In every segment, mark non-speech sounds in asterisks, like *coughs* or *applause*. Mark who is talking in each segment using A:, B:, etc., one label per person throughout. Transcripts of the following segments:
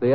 A: The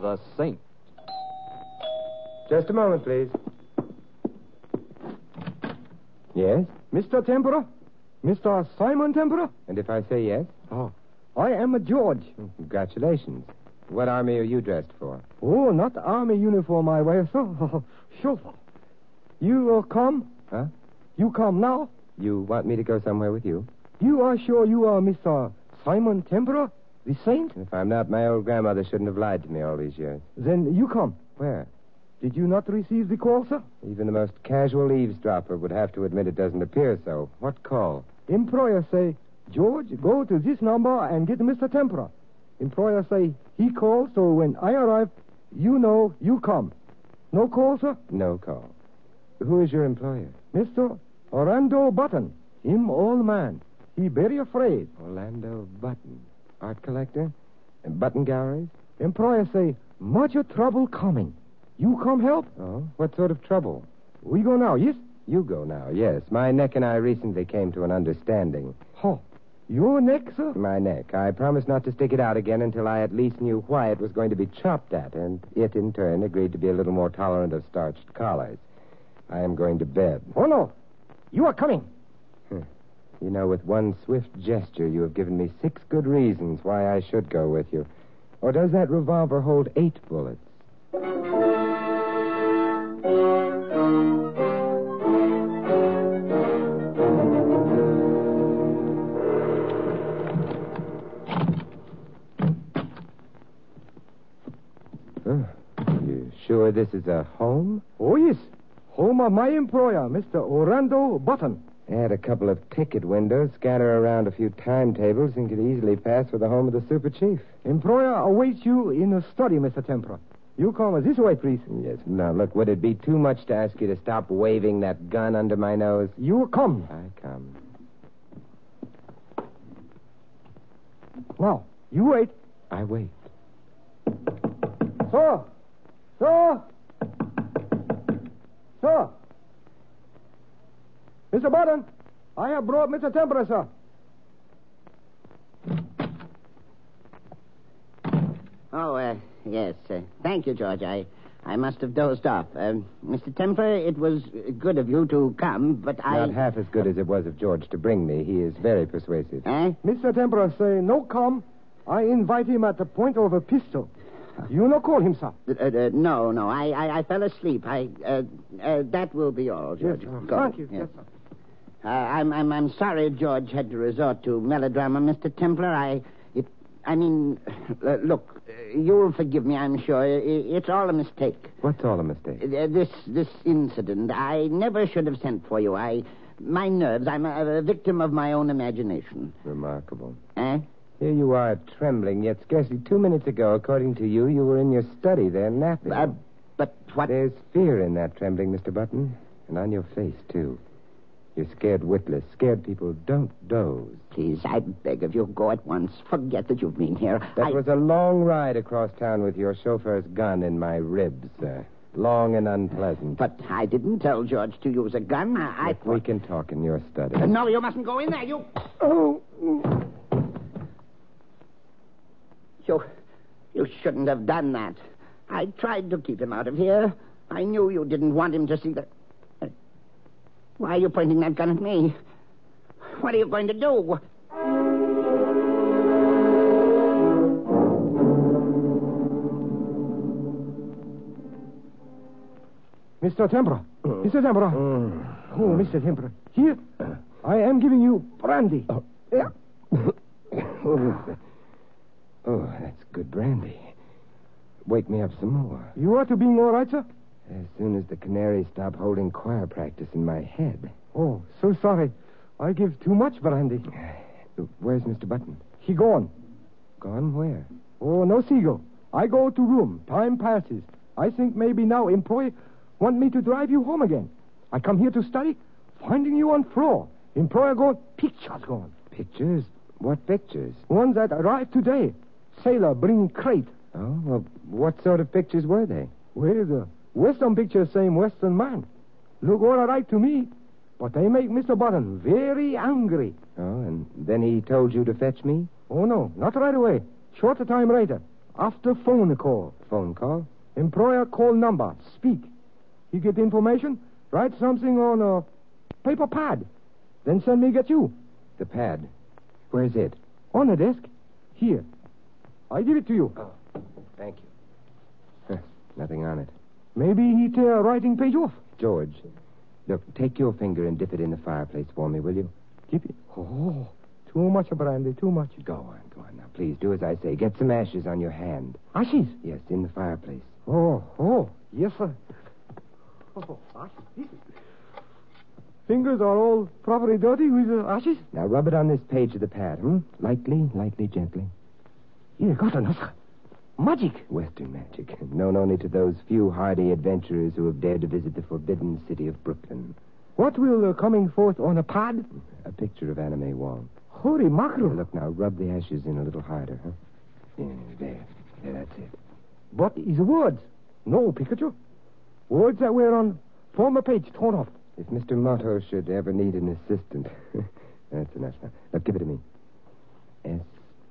A: The Saint.
B: Just a moment, please. Yes? Mr. Tempera? Mr. Simon Tempera? And if I say yes? Oh. I am a George. Congratulations. What army are you dressed for? Oh, not army uniform I *laughs* wear, sir. sure. You will come? Huh? You come now? You want me to go somewhere with you? You are sure you are Mr. Simon Tempera, the saint? If I'm not, my old grandmother shouldn't have lied to me all these years. Then you come. Where? Did you not receive the call, sir? Even the most casual eavesdropper would have to admit it doesn't appear so. What call? Employer say, George, go to this number and get Mr. Tempera. Employer say, he called, so when I arrive, you know you come. No call, sir? No call. Who is your employer? Mr. Orlando Button. Him old man. He very afraid. Orlando Button. Art collector? And button galleries? Employer say, much a trouble coming. You come help? Oh? What sort of trouble? We go now, yes? You go now, yes. My neck and I recently came to an understanding. Oh. Your neck, sir? My neck. I promised not to stick it out again until I at least knew why it was going to be chopped at, and it in turn agreed to be a little more tolerant of starched collars. I am going to bed. Oh, no. You are coming. You know, with one swift gesture, you have given me six good reasons why I should go with you. Or does that revolver hold eight bullets? Oh, you sure this is a home? Oh, yes. Home of my employer, Mr. Orlando Button. Add a couple of ticket windows, scatter around a few timetables, and could easily pass for the home of the super chief. Employer awaits you in the study, Mr. Tempera. You come this way, please. Yes. Now, look, would it be too much to ask you to stop waving that gun under my nose? You come. I come. Now, you wait. I wait. Sir! Sir! Sir! Mr. Button, I have brought Mr. Tempera, sir.
C: Oh, uh, yes. Uh, thank you, George. I, I must have dozed off. Um, Mr. Temper, it was uh, good of you to come, but I.
B: Not half as good as it was of George to bring me. He is very persuasive.
C: Eh?
B: Mr. Tempera say no come. I invite him at the point of a pistol. You no call him, sir.
C: Uh, uh, no, no. I, I, I fell asleep. I. Uh, uh, that will be all, George. Go. Yeah.
B: sir.
C: Uh, I'm, I'm, I'm sorry George had to resort to melodrama, Mr. Templar. I, it, I mean, *coughs* uh, look, uh, you'll forgive me, I'm sure. I- It's all a mistake.
B: What's all a mistake?
C: Uh, This this incident, I never should have sent for you. I, my nerves. I'm a, a victim of my own imagination.
B: Remarkable.
C: Eh?
B: Here you are trembling, yet scarcely two minutes ago, according to you, you were in your study there napping.
C: Uh, but what?
B: There's fear in that trembling, Mr. Button, and on your face, too. You're scared witless. Scared people don't doze.
C: Please, I beg of you, go at once. Forget that you've been here.
B: That
C: I,
B: was a long ride across town with your chauffeur's gun in my ribs, sir. Long and unpleasant.
C: But I didn't tell George to use a gun. I, I
B: Look, we can talk in your study.
C: No, you mustn't go in there. You,
B: Oh,
C: you, you shouldn't have done that. I tried to keep him out of here. I knew you didn't want him to see the. uh, Why are you pointing that gun at me? What are you going to do?
B: Mr. Tempera. Mr. Tempera. Oh, Mr. Tempera. Here, I am giving you brandy. Oh, yeah. oh that's good brandy. Wake me up some more. You are to be all right, sir? As soon as the canaries stop holding choir practice in my head. Oh, so sorry. I give too much brandy. Where's Mr. Button? He gone. Gone where? Oh, no seagull. I go to room. Time passes. I think maybe now employee want me to drive you home again. I come here to study, finding you on floor. Employer gone, pictures gone. Pictures? What pictures? Ones that arrived today. Sailor bringing crate. Oh, well, what sort of pictures were they? Well, the Western picture same Western man. Look all right to me, but they make Mr. Button very angry. Oh, and then he told you to fetch me? Oh, no, not right away. Short a time later, after phone call. Phone call? Employer call number, speak. You get information, write something on a paper pad, then send me get you. The pad? Where's it? On the desk. Here. I give it to you. Oh, thank you. nothing on it. Maybe he tear writing page off. George, look, take your finger and dip it in the fireplace for me, will you? Keep it. Oh, too much brandy, too much. Go on, go on. Now, please do as I say. Get some ashes on your hand. Ashes? Yes, in the fireplace. Oh, oh, yes, sir. Oh, ashes. Fingers are all properly dirty with uh, ashes. Now rub it on this page of the pad, hmm? Lightly, lightly, gently. You got another. Magic. Western magic, *laughs* known only to those few hardy adventurers who have dared to visit the forbidden city of Brooklyn. What will uh, coming forth on a pad? A picture of anime wall. Holy mackerel. look now, rub the ashes in a little harder, huh? Yeah, there. Yeah, that's it. But is words? No, Pikachu. Words that were on former page torn off. If Mr. Motto should ever need an assistant. *laughs* that's enough now. Now give it to me. S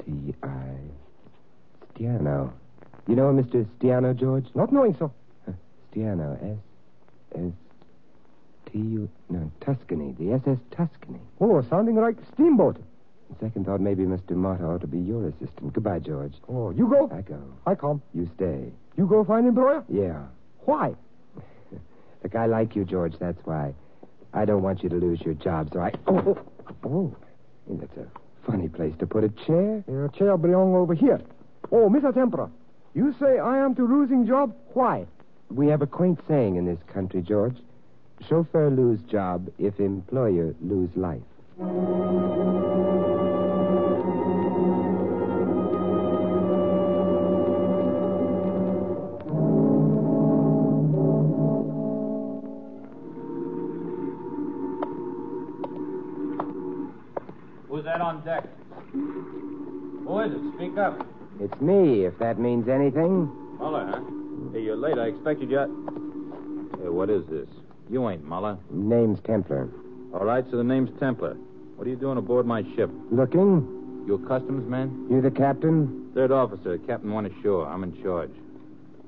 B: T I Stiano. You know a Mr. Stiano, George? Not knowing so. Stiano, S. S. T. U. No, Tuscany. The SS Tuscany. Oh, sounding like steamboat. Second thought, maybe Mr. Motto ought to be your assistant. Goodbye, George. Oh, you go. I go. I come. You stay. You go find employer? Yeah. Why? *laughs* Look, I like you, George. That's why. I don't want you to lose your job, so I. Oh, oh, oh. That's a funny place to put a chair. Your chair belong over here. Oh, Mr. Tempera, you say I am to losing job. Why? We have a quaint saying in this country, George. Chauffeur lose job if employer lose life.
D: Who's that on deck? Who is it? Speak up.
B: It's me, if that means anything.
D: Muller, huh? Hey, you're late. I expected you. Hey, what is this? You ain't Muller.
B: Name's Templar.
D: All right, so the name's Templar. What are you doing aboard my ship?
B: Looking?
D: You a customs man?
B: You the captain?
D: Third officer, Captain One ashore. I'm in charge.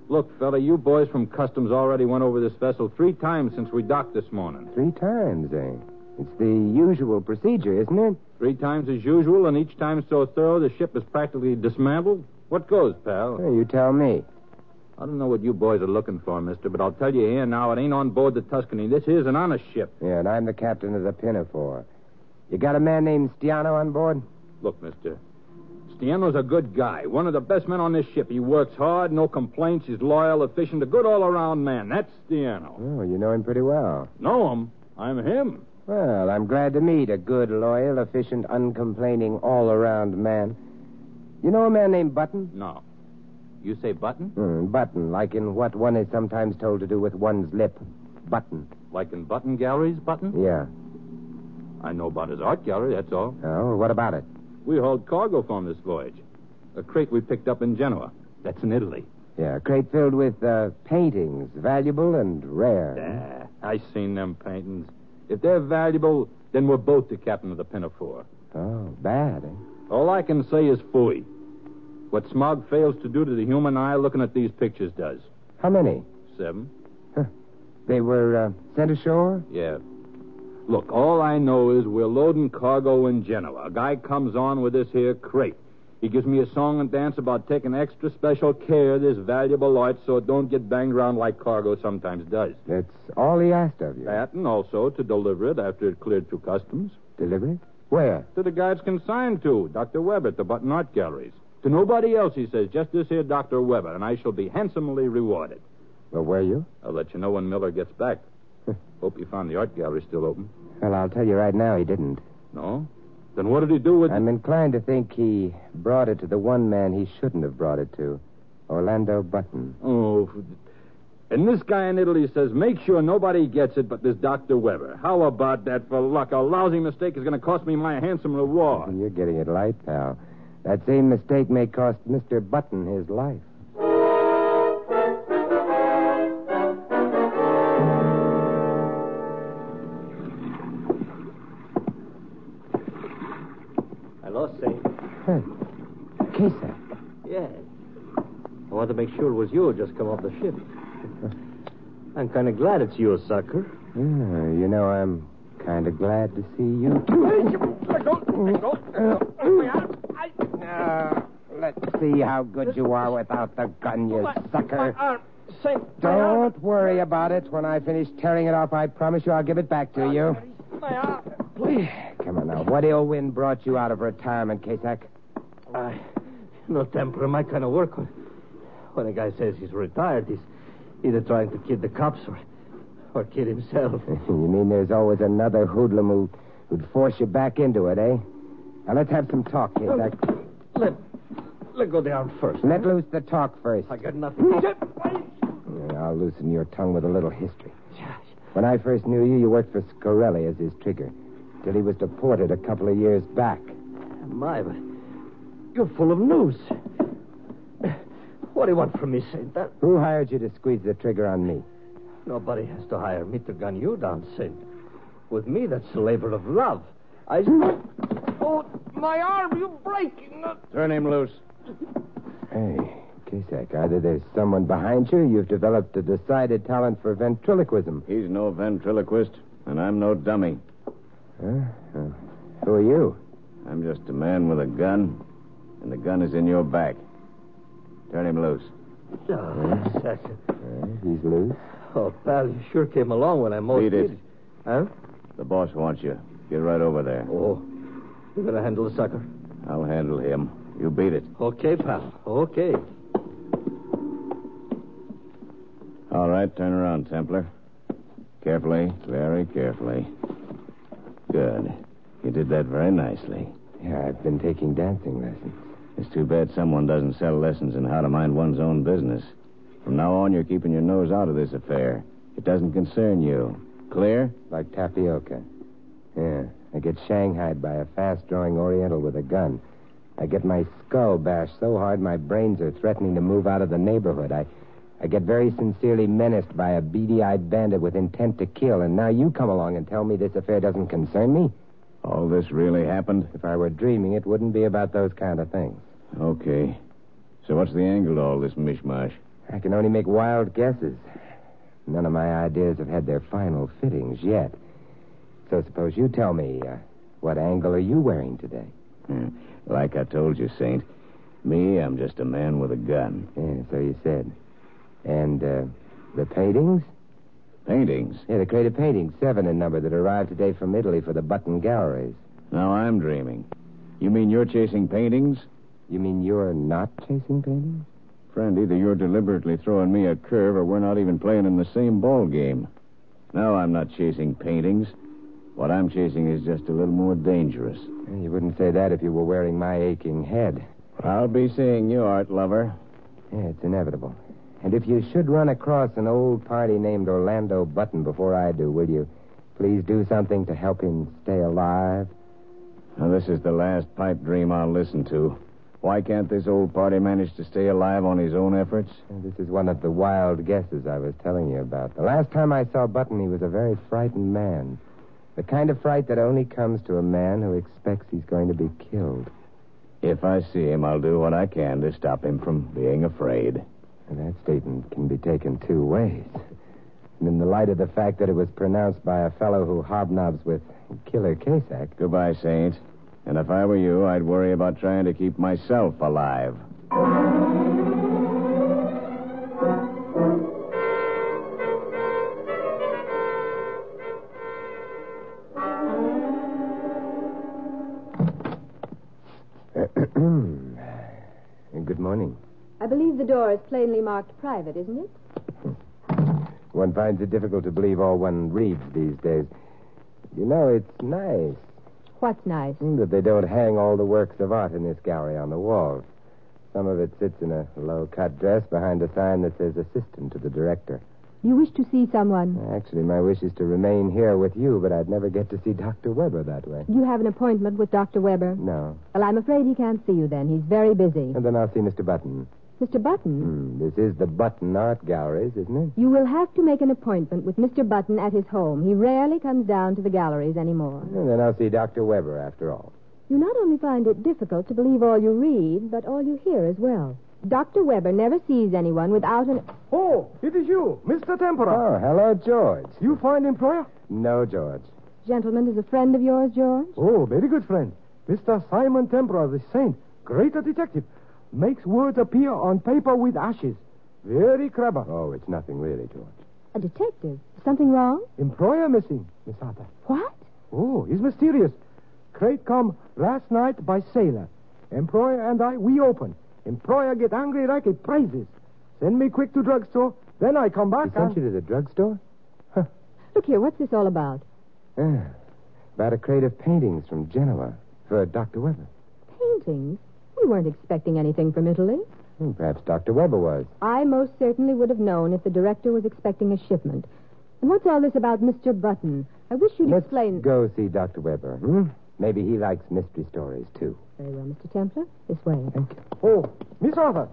D: Look, fella, you boys from customs already went over this vessel three times since we docked this morning.
B: Three times, eh? It's the usual procedure, isn't it?
D: Three times as usual, and each time so thorough the ship is practically dismantled. What goes, pal?
B: Well, you tell me.
D: I don't know what you boys are looking for, mister, but I'll tell you here now, it ain't on board the Tuscany. This is an honest ship.
B: Yeah, and I'm the captain of the pinafore. You got a man named Stiano on board?
D: Look, mister, Stiano's a good guy, one of the best men on this ship. He works hard, no complaints, he's loyal, efficient, a good all around man. That's Stiano.
B: Oh, you know him pretty well.
D: Know him? I'm him.
B: Well, I'm glad to meet a good, loyal, efficient, uncomplaining, all around man. You know a man named Button?
D: No. You say button?
B: Hmm, button, like in what one is sometimes told to do with one's lip. Button.
D: Like in button galleries, button?
B: Yeah.
D: I know about his art gallery, that's all.
B: Oh, what about it?
D: We hauled cargo from this voyage. A crate we picked up in Genoa. That's in Italy.
B: Yeah, a crate filled with uh, paintings, valuable and rare.
D: Yeah, Ah, I seen them paintings. If they're valuable, then we're both the captain of the pinafore.
B: Oh, bad, eh?
D: All I can say is fooey. What smog fails to do to the human eye looking at these pictures does.
B: How many?
D: Seven?
B: They were uh, sent ashore?
D: Yeah. Look, all I know is we're loading cargo in Genoa. A guy comes on with this here crate. He gives me a song and dance about taking extra special care of this valuable art so it don't get banged around like cargo sometimes does.
B: That's all he asked of you.
D: That and also to deliver it after it cleared through customs
B: Delivery? Where?
D: to the guy it's consigned to, Dr. Weber at the Button Art Galleries. To nobody else, he says, just this here Dr. Weber, and I shall be handsomely rewarded.
B: Well, were you?
D: I'll let you know when Miller gets
E: *laughs*
D: back. Hope you found the art gallery still open.
B: Well, I'll tell you right now he didn't.
D: No? Then what did he do with
B: I'm inclined to think he brought it to the one man he shouldn't have brought it to. Orlando Button.
D: Oh. And this guy in Italy says, make sure nobody gets it but this Dr. Weber. How about that for luck? A lousy mistake is going to cost me my handsome reward.
B: You're getting it light, pal. That same mistake may cost Mr. Button his life.
E: Hello, Saint.
B: Hey, Kesa.
E: Yes. I want to make sure it was you who just come off the ship. I'm kind of glad it's you, sucker.
B: Yeah, you know, I'm kind of glad to see you, too. Now, let's see how good you are without the gun, you sucker. Don't worry about it. When I finish tearing it off, I promise you I'll give it back to you. Come on now. What ill wind brought you out of retirement, Kasak?
E: I, no temper in my kind of work. When a guy says he's retired, he's either trying to kid the cops or, or kid
B: *laughs*
E: himself.
B: you mean there's always another hoodlum who, who'd force you back into it, eh? Now, let's have some talk, Kasak.
E: Let, let go down first.
B: Let loose the talk first.
E: I got nothing.
B: *laughs* Yeah, I'll loosen your tongue with a little history.
E: Gosh.
B: When I first knew you, you worked for Scorelli as his trigger, till he was deported a couple of years back.
E: My, but you're full of news. *laughs* What do you want from me, Saint? That,
B: Who hired you to squeeze the trigger on me?
E: nobody has to hire me to gun you down, Saint. With me, that's the labor of love. I.
B: Hmm.
E: Oh, my arm, you're breaking.
D: Turn him loose.
B: Hey, Kasak, either there's someone behind you, you've developed a decided talent for ventriloquism.
F: He's no ventriloquist, and I'm no dummy.
B: Huh? Uh, who are you?
F: I'm just a man with a gun, and the gun is in your back. Turn him loose.
E: Oh, Sacha.
B: Uh, he's loose.
E: Oh, pal, you sure came along when I most
F: Beat it.
E: needed. Huh?
F: The boss wants you. Get right over there.
E: Oh, you're going to handle the sucker?
F: I'll handle him. You beat it.
E: Okay, pal. Okay.
F: All right, turn around, Templar. Carefully, very carefully. Good. You did that very nicely.
B: Yeah, I've been taking dancing lessons.
F: It's too bad someone doesn't sell lessons in how to mind one's own business. From now on, you're keeping your nose out of this affair. It doesn't concern you. Clear?
B: Like tapioca. Yeah. I get shanghaied by a fast drawing Oriental with a gun. I get my skull bashed so hard my brains are threatening to move out of the neighborhood. I, I get very sincerely menaced by a beady eyed bandit with intent to kill, and now you come along and tell me this affair doesn't concern me?
F: All this really happened?
B: If I were dreaming, it wouldn't be about those kind of things.
F: Okay. So what's the angle to all this mishmash?
B: I can only make wild guesses. None of my ideas have had their final fittings yet. So suppose you tell me, uh, what angle are you wearing today?
F: Hmm. Like I told you, Saint, me, I'm just a man with a gun.
B: Yeah, so you said. And uh, the paintings?
F: Paintings.
B: Yeah, the crate of paintings, seven in number, that arrived today from Italy for the Button Galleries.
F: Now I'm dreaming. You mean you're chasing paintings?
B: You mean you're not chasing paintings?
F: Friend, either you're deliberately throwing me a curve or we're not even playing in the same ball game. No, I'm not chasing paintings. What I'm chasing is just a little more dangerous.
B: Yeah, You wouldn't say that if you were wearing my aching head.
F: I'll be seeing you, art lover.
B: Yeah, it's inevitable. And if you should run across an old party named Orlando Button before I do, will you please do something to help him stay alive?
F: Now, this is the last pipe dream I'll listen to. Why can't this old party manage to stay alive on his own efforts?
B: And This is one of the wild guesses I was telling you about. The last time I saw Button, he was a very frightened man. The kind of fright that only comes to a man who expects he's going to be killed.
F: If I see him, I'll do what I can to stop him from being afraid.
B: And that statement can be taken two ways. And in the light of the fact that it was pronounced by a fellow who hobnobs with Killer Kasak,
F: Goodbye, Saint. And if I were you, I'd worry about trying to keep myself alive.
B: *clears throat* good morning.
G: I believe the door is plainly marked private, isn't it?
B: One finds it difficult to believe all one reads these days. You know, it's nice
G: What's nice?
B: that they don't hang all the works of art in this gallery on the walls. Some of it sits in a low cut dress behind a sign that says assistant to the director.
G: You wish to see someone.
B: Actually, my wish is to remain here with you, but I'd never get to see Dr. Weber that way.
G: You have an appointment with Dr. Weber.
B: No.
G: Well, I'm afraid he can't see you then. He's very busy.
B: And then I'll see Mr. Button.
G: Mr. Button,
B: Hmm, this is the Button Art Galleries, isn't
G: you will have to make an appointment with Mr. Button at his home. He rarely comes down to the galleries anymore.
B: it? And then I'll see Dr. Weber after all.
G: You not only find it difficult to believe all you read, but all you hear as well. Dr. Weber never sees anyone without an.
E: Oh, it is you, Mr. Tempera.
B: Oh, hello, George.
E: you find employer?
B: No, George.
G: Gentleman is a friend of yours, George?
E: Oh, very good friend. Mr. Simon Tempera, the saint, greater detective, makes words appear on paper with ashes. Very clever.
B: Oh, it's nothing really, George.
G: A detective? Something wrong?
E: Employer missing, Miss Arthur.
G: What?
E: Oh, he's mysterious. Crate come last night by sailor. Employer and I, we open. Employer get angry like he praises. Send me quick to drugstore. Then I come back
B: He sent you to the drugstore?
G: Look here, what's this all about?
B: Ah, about a crate of paintings from Genoa for Dr. Weber.
G: Paintings? We weren't expecting anything from Italy.
B: Hmm, perhaps Dr. Weber was.
G: I most certainly would have known if the director was expecting a shipment. And what's all this about Mr. Button? I wish you'd
B: Let's
G: explain.
B: go see Dr. Weber. Hmm? Maybe he likes mystery stories, too.
G: Very well, Mr. Templer. This way.
E: Oh, Miss Arthur.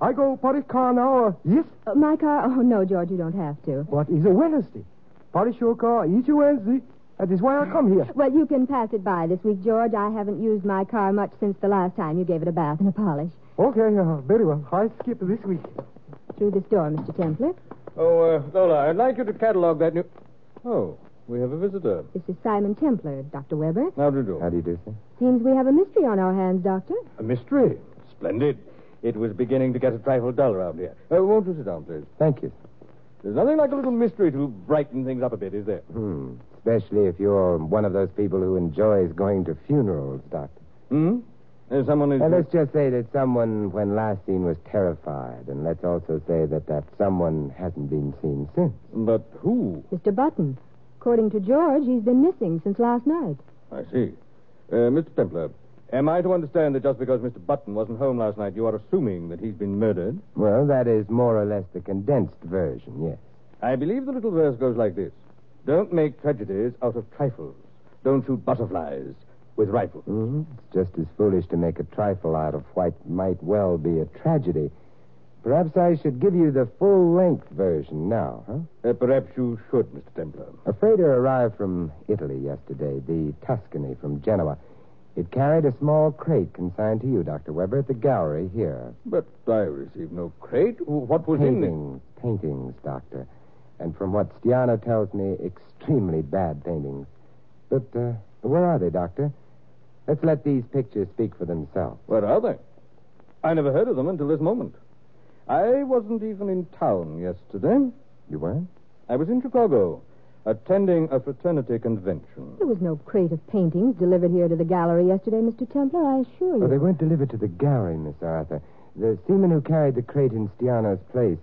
E: I go Paris car now. uh, yes?
G: Uh, my car? Oh, no, George, you don't have to.
E: What is a Wednesday? Paris your car each Wednesday. That is why I come here.
G: Well, you can pass it by this week, George. I haven't used my car much since the last time you gave it a bath and a polish.
E: Okay, uh, very well. I skip this week.
G: Through this door, Mr. Templer.
H: Oh, uh, Lola, I'd like you to catalog that new. Oh, we have a visitor.
G: This is Simon Templer, Dr. Weber.
H: How do you do?
B: How do you do, sir?
G: Seems we have a mystery on our hands, Doctor.
H: A mystery. Splendid. It was beginning to get a trifle dull around here. Uh, won't you sit down, please?
B: Thank you.
H: There's nothing like a little mystery to brighten things up a bit, is there?
B: Hmm. Especially if you're one of those people who enjoys going to funerals, Doctor.
H: Hmm? There's someone who's.
B: Now, let's just say that someone, when last seen, was terrified, and let's also say that that someone hasn't been seen since.
H: But who?
G: Mr. Button. According to George, he's been missing since last night.
H: I see. Uh, Mr. Templer, am I to understand that just because Mr. Button wasn't home last night, you are assuming that he's been murdered?
B: Well, that is more or less the condensed version, yes.
H: I believe the little verse goes like this Don't make tragedies out of trifles. Don't shoot butterflies with rifles.
B: hmm It's just as foolish to make a trifle out of what might well be a tragedy. Perhaps I should give you the full length version now, huh?
H: Uh, perhaps you should, Mr. Templer.
B: A freighter arrived from Italy yesterday, the Tuscany from Genoa. It carried a small crate consigned to you, Dr. Weber, at the gallery here.
H: But I received no crate. What was in it?
B: paintings, paintings, Doctor. And from what Stiano tells me, extremely bad paintings. But uh, where are they, Doctor? Let's let these pictures speak for themselves.
H: Where are they? I never heard of them until this moment. I wasn't even in town yesterday.
B: You weren't?
H: I was in Chicago, attending a fraternity convention.
G: There was no crate of paintings delivered here to the gallery yesterday, Mr. Templer, I assure you.
B: Oh, they weren't delivered to the gallery, Miss Arthur. The seaman who carried the crate in Stiano's place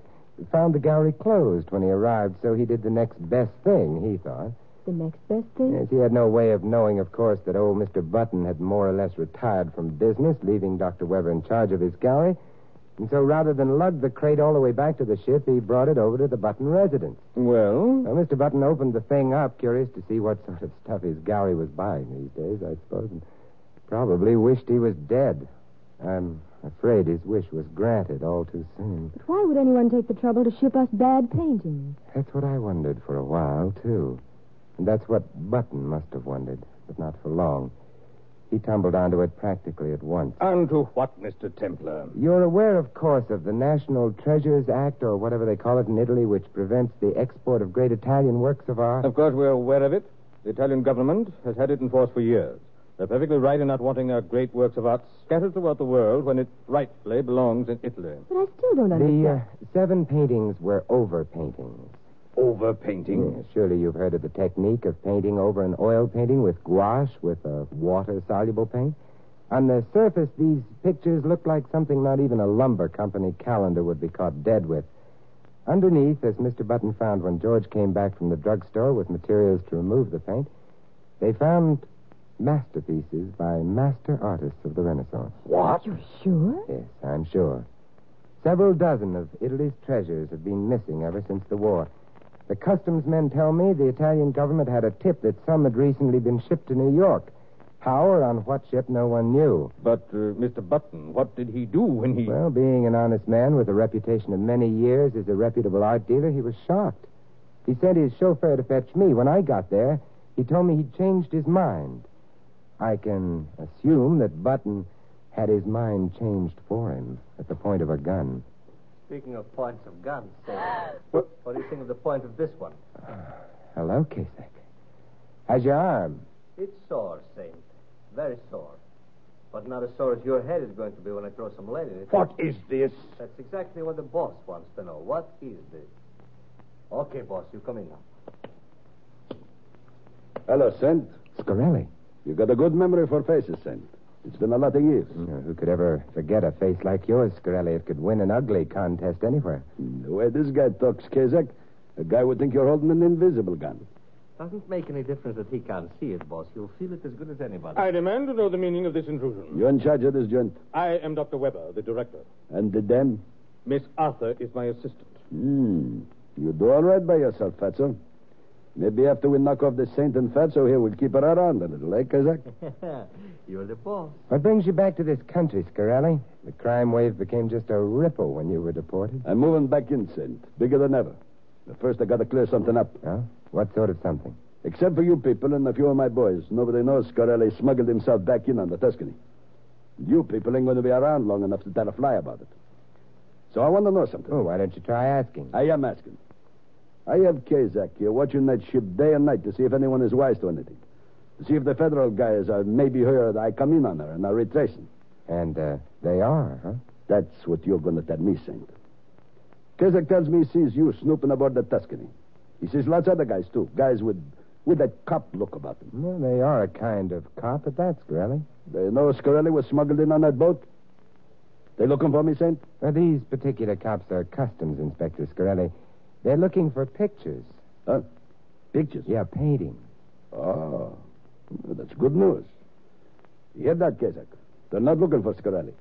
B: found the gallery closed when he arrived, so he did the next best thing, he thought.
G: The next best thing?
B: Yes, he had no way of knowing, of course, that old Mr. Button had more or less retired from business, leaving Dr. Weber in charge of his gallery. And so rather than lug the crate all the way back to the ship, he brought it over to the Button residence.
H: Well,
B: Well, Mr. Button opened the thing up, curious to see what sort of stuff his gallery was buying these days, I suppose, and probably wished he was dead. I'm afraid his wish was granted all too soon.
G: But why would anyone take the trouble to ship us bad paintings?
B: That's what I wondered for a while, too. And that's what Button must have wondered, but not for long. He tumbled onto it practically at once.
H: on to what, Mr. Templar?
B: You're aware, of course, of the National Treasures Act, or whatever they call it in Italy, which prevents the export of great Italian works of art?
H: Of course, we're aware of it. The Italian government has had it in force for years. They're perfectly right in not wanting their great works of art scattered throughout the world when it rightfully belongs in Italy.
G: But I still don't understand.
B: The uh, seven paintings were over paintings.
H: Overpainting.
B: Yeah, surely you've heard of the technique of painting over an oil painting with gouache with a water soluble paint. On the surface, these pictures look like something not even a lumber company calendar would be caught dead with. Underneath, as Mr. Button found when George came back from the drugstore with materials to remove the paint, they found masterpieces by master artists of the Renaissance.
G: What? You're sure?
B: Yes, I'm sure. Several dozen of Italy's treasures have been missing ever since the war. The customs men tell me the Italian government had a tip that some had recently been shipped to New York. How or on what ship, no one knew.
D: But, uh, Mr. Button, what did he do when he.
B: Well, being an honest man with a reputation of many years as a reputable art dealer, he was shocked. He sent his chauffeur to fetch me. When I got there, he told me he'd changed his mind. I can assume that Button had his mind changed for him at the point of a gun.
I: Speaking of points of guns, Sailor, what do you think of the point of this one?
B: Uh, Hello, Kasek. How's your arm?
I: It's sore, Saint. Very sore. But not as sore as your head is going to be when I throw some lead in it.
J: What is this?
I: That's exactly what the boss wants to know. What is this? Okay, boss, you come in now.
J: Hello, Sent.
B: Scarelli.
J: You got a good memory for faces, Sent. It's been a lot of years.
B: You know, who could ever forget a face like yours, Scarelli? It could win an ugly contest anywhere.
J: The way this guy talks, Kazak, a guy would think you're holding an invisible gun.
I: Doesn't make any difference that he can't see it, boss. He'll feel it as good as anybody.
H: I demand to know the meaning of this intrusion.
J: You're in charge of this joint.
H: I am Dr. Weber, the director.
J: And the dam?
H: Miss Arthur is my assistant.
J: Hmm. You do all right by yourself, Fatso. Maybe after we knock off the Saint and Fatso here, we'll keep her around a little, eh, Kazak?
I: You're the boss.
B: What brings you back to this country, Scarelli? The crime wave became just a ripple when you were deported.
J: I'm moving back in, Saint. Bigger than ever. But first, I gotta clear something up.
B: Huh? What sort of something?
J: Except for you people and a few of my boys. Nobody knows Scarelli smuggled himself back in on the Tuscany. You people ain't going to be around long enough to tell a fly about it. So I want to know something.
B: Oh, why don't you try asking?
J: I am asking. I have Kazak here watching that ship day and night to see if anyone is wise to anything. To see if the federal guys are maybe heard I come in on her and I retrace them.
B: And uh, they are, huh?
J: That's what you're going to tell me, Saint. Kazak tells me he sees you snooping aboard the Tuscany. He sees lots of other guys, too. Guys with, with that cop look about them.
B: Well, they are a kind of cop at that, Scarelli.
J: They know Scarelli was smuggled in on that boat. They looking for me, Saint?
B: Now, these particular cops are customs inspectors, Scarelli. They're looking for pictures.
J: Huh? Pictures?
B: Yeah, paintings.
J: Oh, that's good news. You hear that, Kazak? They're not looking for Scarelli.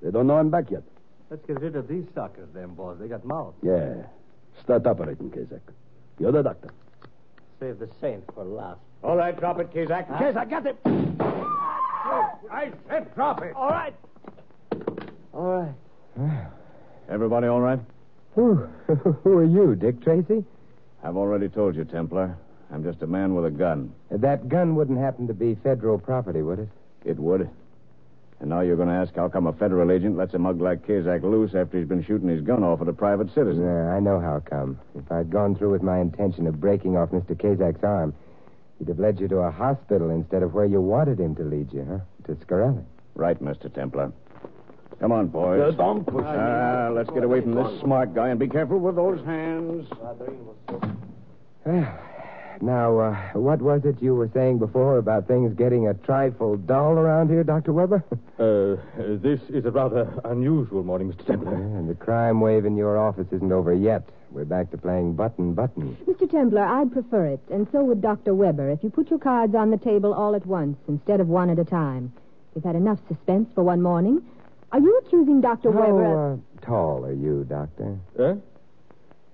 J: They don't know I'm back yet.
I: Let's get rid of these suckers, then, boss. They got mouths.
J: Yeah. Start operating, Kazak. You're the doctor.
I: Save the saint for last.
J: All right, drop it, Kazak. Kazak, get it. Oh, I said drop it. All right.
I: All right.
F: Everybody all right?
B: Who, *laughs* who are you, Dick Tracy?
F: I've already told you, Templar. I'm just a man with a gun.
B: That gun wouldn't happen to be federal property, would it?
F: It would. And now you're going to ask how come a federal agent lets a mug like Kazak loose after he's been shooting his gun off at a private citizen.
B: Yeah, uh, I know how come. If I'd gone through with my intention of breaking off Mr. Kazak's arm, he'd have led you to a hospital instead of where you wanted him to lead you, huh? To Scarelli.
F: Right, Mr. Templar. Come on, boys.
J: Yeah, don't push
F: Ah, let's get away from this smart guy and be careful with those hands.
B: Well, now, uh, what was it you were saying before about things getting a trifle dull around here, Dr. Weber?
H: Uh, this is a rather unusual morning, Mr. Templar.
B: and Uh, the crime wave in your office isn't over yet. We're back to playing button button.
G: Mr. Templar, I'd prefer it, and so would Dr. Weber, if you put your cards on the table all at once instead of one at a time. We've had enough suspense for one morning. Are you accusing Dr. Weber of...
B: How uh, tall are you, Doctor?
H: Eh?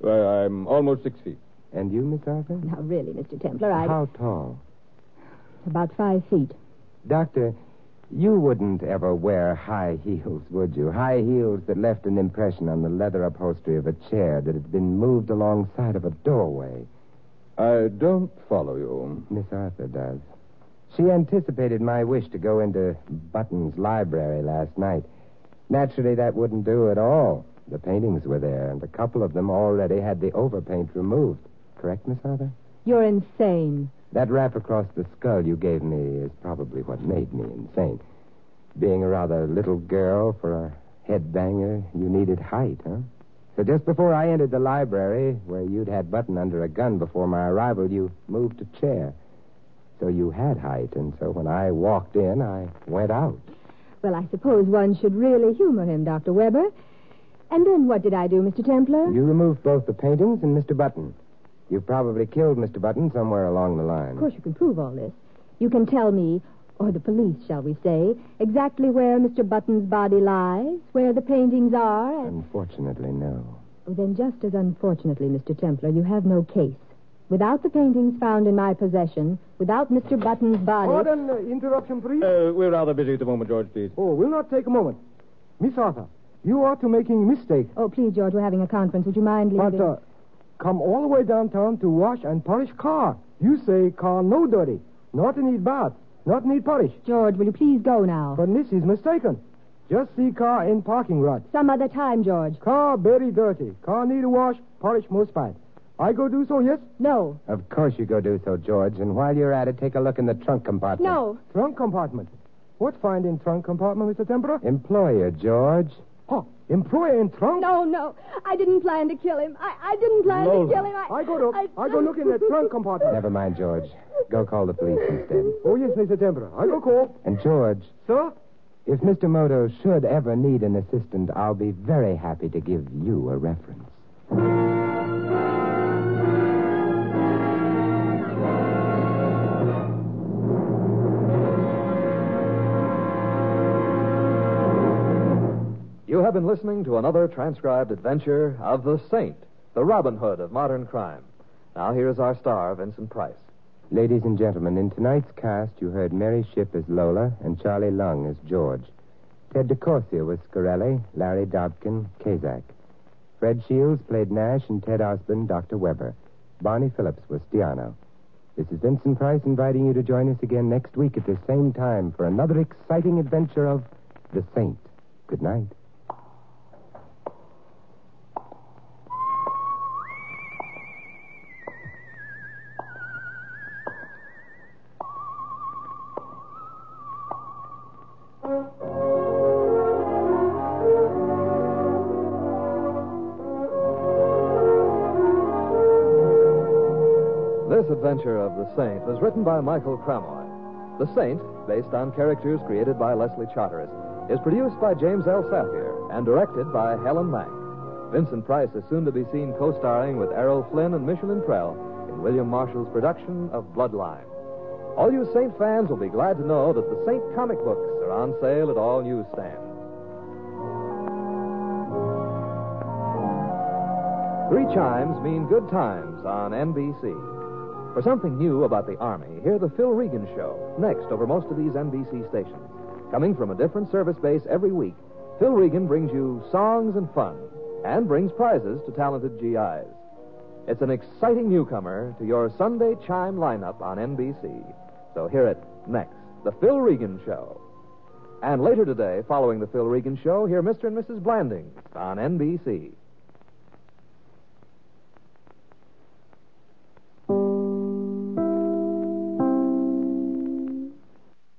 H: Well, I'm almost six feet.
B: And you, Miss Arthur?
G: Now, really, Mr. Templar, I...
B: How tall?
G: About five feet.
B: Doctor, you wouldn't ever wear high heels, would you? High heels that left an impression on the leather upholstery of a chair that had been moved alongside of a doorway.
H: I don't follow you.
B: Miss Arthur does. She anticipated my wish to go into Button's library last night. Naturally, that wouldn't do at all. The paintings were there, and a couple of them already had the overpaint removed. Correct, Miss Arthur?
G: You're insane.
B: That rap across the skull you gave me is probably what made me insane. Being a rather little girl for a headbanger, you needed height, huh? So just before I entered the library, where you'd had Button under a gun before my arrival, you moved a chair. So you had height, and so when I walked in, I went out.
G: Well, I suppose one should really humor him, Dr. Weber. And then what did I do, Mr. Templar?
B: You removed both the paintings and Mr. Button. You probably killed Mr. Button somewhere along the line.
G: Of course, you can prove all this. You can tell me or the police, shall we say, exactly where Mr. Button's body lies, where the paintings are, and.
B: Unfortunately, no.
G: Oh, then, just as unfortunately, Mr. Templar, you have no case. Without the paintings found in my possession, without Mr. Button's body.
E: Pardon, uh, interruption, please.
H: Uh, we're rather busy at the moment, George, please.
E: Oh, we'll not take a moment. Miss Arthur, you are to making a mistake.
G: Oh, please, George, we're having a conference. Would you mind leaving?
E: But uh, come all the way downtown to wash and polish car. You say car no dirty, not need bath, not need polish.
G: George, will you please go now?
E: But miss is mistaken. Just see car in parking lot.
G: Some other time, George.
E: Car very dirty. Car need a wash, polish most fine. I go do so, yes?
G: No.
B: Of course you go do so, George. And while you're at it, take a look in the trunk compartment.
G: No.
E: Trunk compartment. What find in trunk compartment, Mr. Tempera?
B: Employer, George.
E: Oh, employer in trunk?
G: No, no. I didn't plan to kill him. I, I didn't plan
E: Lola.
G: to kill him. I,
E: I go to I, go look in the trunk compartment.
B: Never mind, George. Go call the police instead.
E: Oh, yes, Mr. Tempera. I go call.
B: And, George,
E: Sir?
B: if Mr. Moto should ever need an assistant, I'll be very happy to give you a reference.
A: You have been listening to another transcribed adventure of The Saint, the Robin Hood of modern crime. Now, here is our star, Vincent Price.
B: Ladies and gentlemen, in tonight's cast, you heard Mary Ship as Lola and Charlie Lung as George. Ted DeCorsia was Scarelli, Larry Dobkin, Kazak. Fred Shields played Nash and Ted Osborne, Dr. Weber. Barney Phillips was Stiano. This is Vincent Price inviting you to join us again next week at the same time for another exciting adventure of The Saint. Good night.
A: This adventure of The Saint was written by Michael Cramoy. The Saint, based on characters created by Leslie Charteris, is produced by James L. Saphir and directed by Helen Mack. Vincent Price is soon to be seen co starring with Errol Flynn and Michelin Prell in William Marshall's production of Bloodline. All you Saint fans will be glad to know that the Saint comic books are on sale at all newsstands. Three chimes mean good times on NBC. For something new about the Army, hear The Phil Regan Show next over most of these NBC stations. Coming from a different service base every week, Phil Regan brings you songs and fun and brings prizes to talented GIs. It's an exciting newcomer to your Sunday chime lineup on NBC. So hear it next The Phil Regan Show. And later today, following The Phil Regan Show, hear Mr. and Mrs. Blandings on NBC.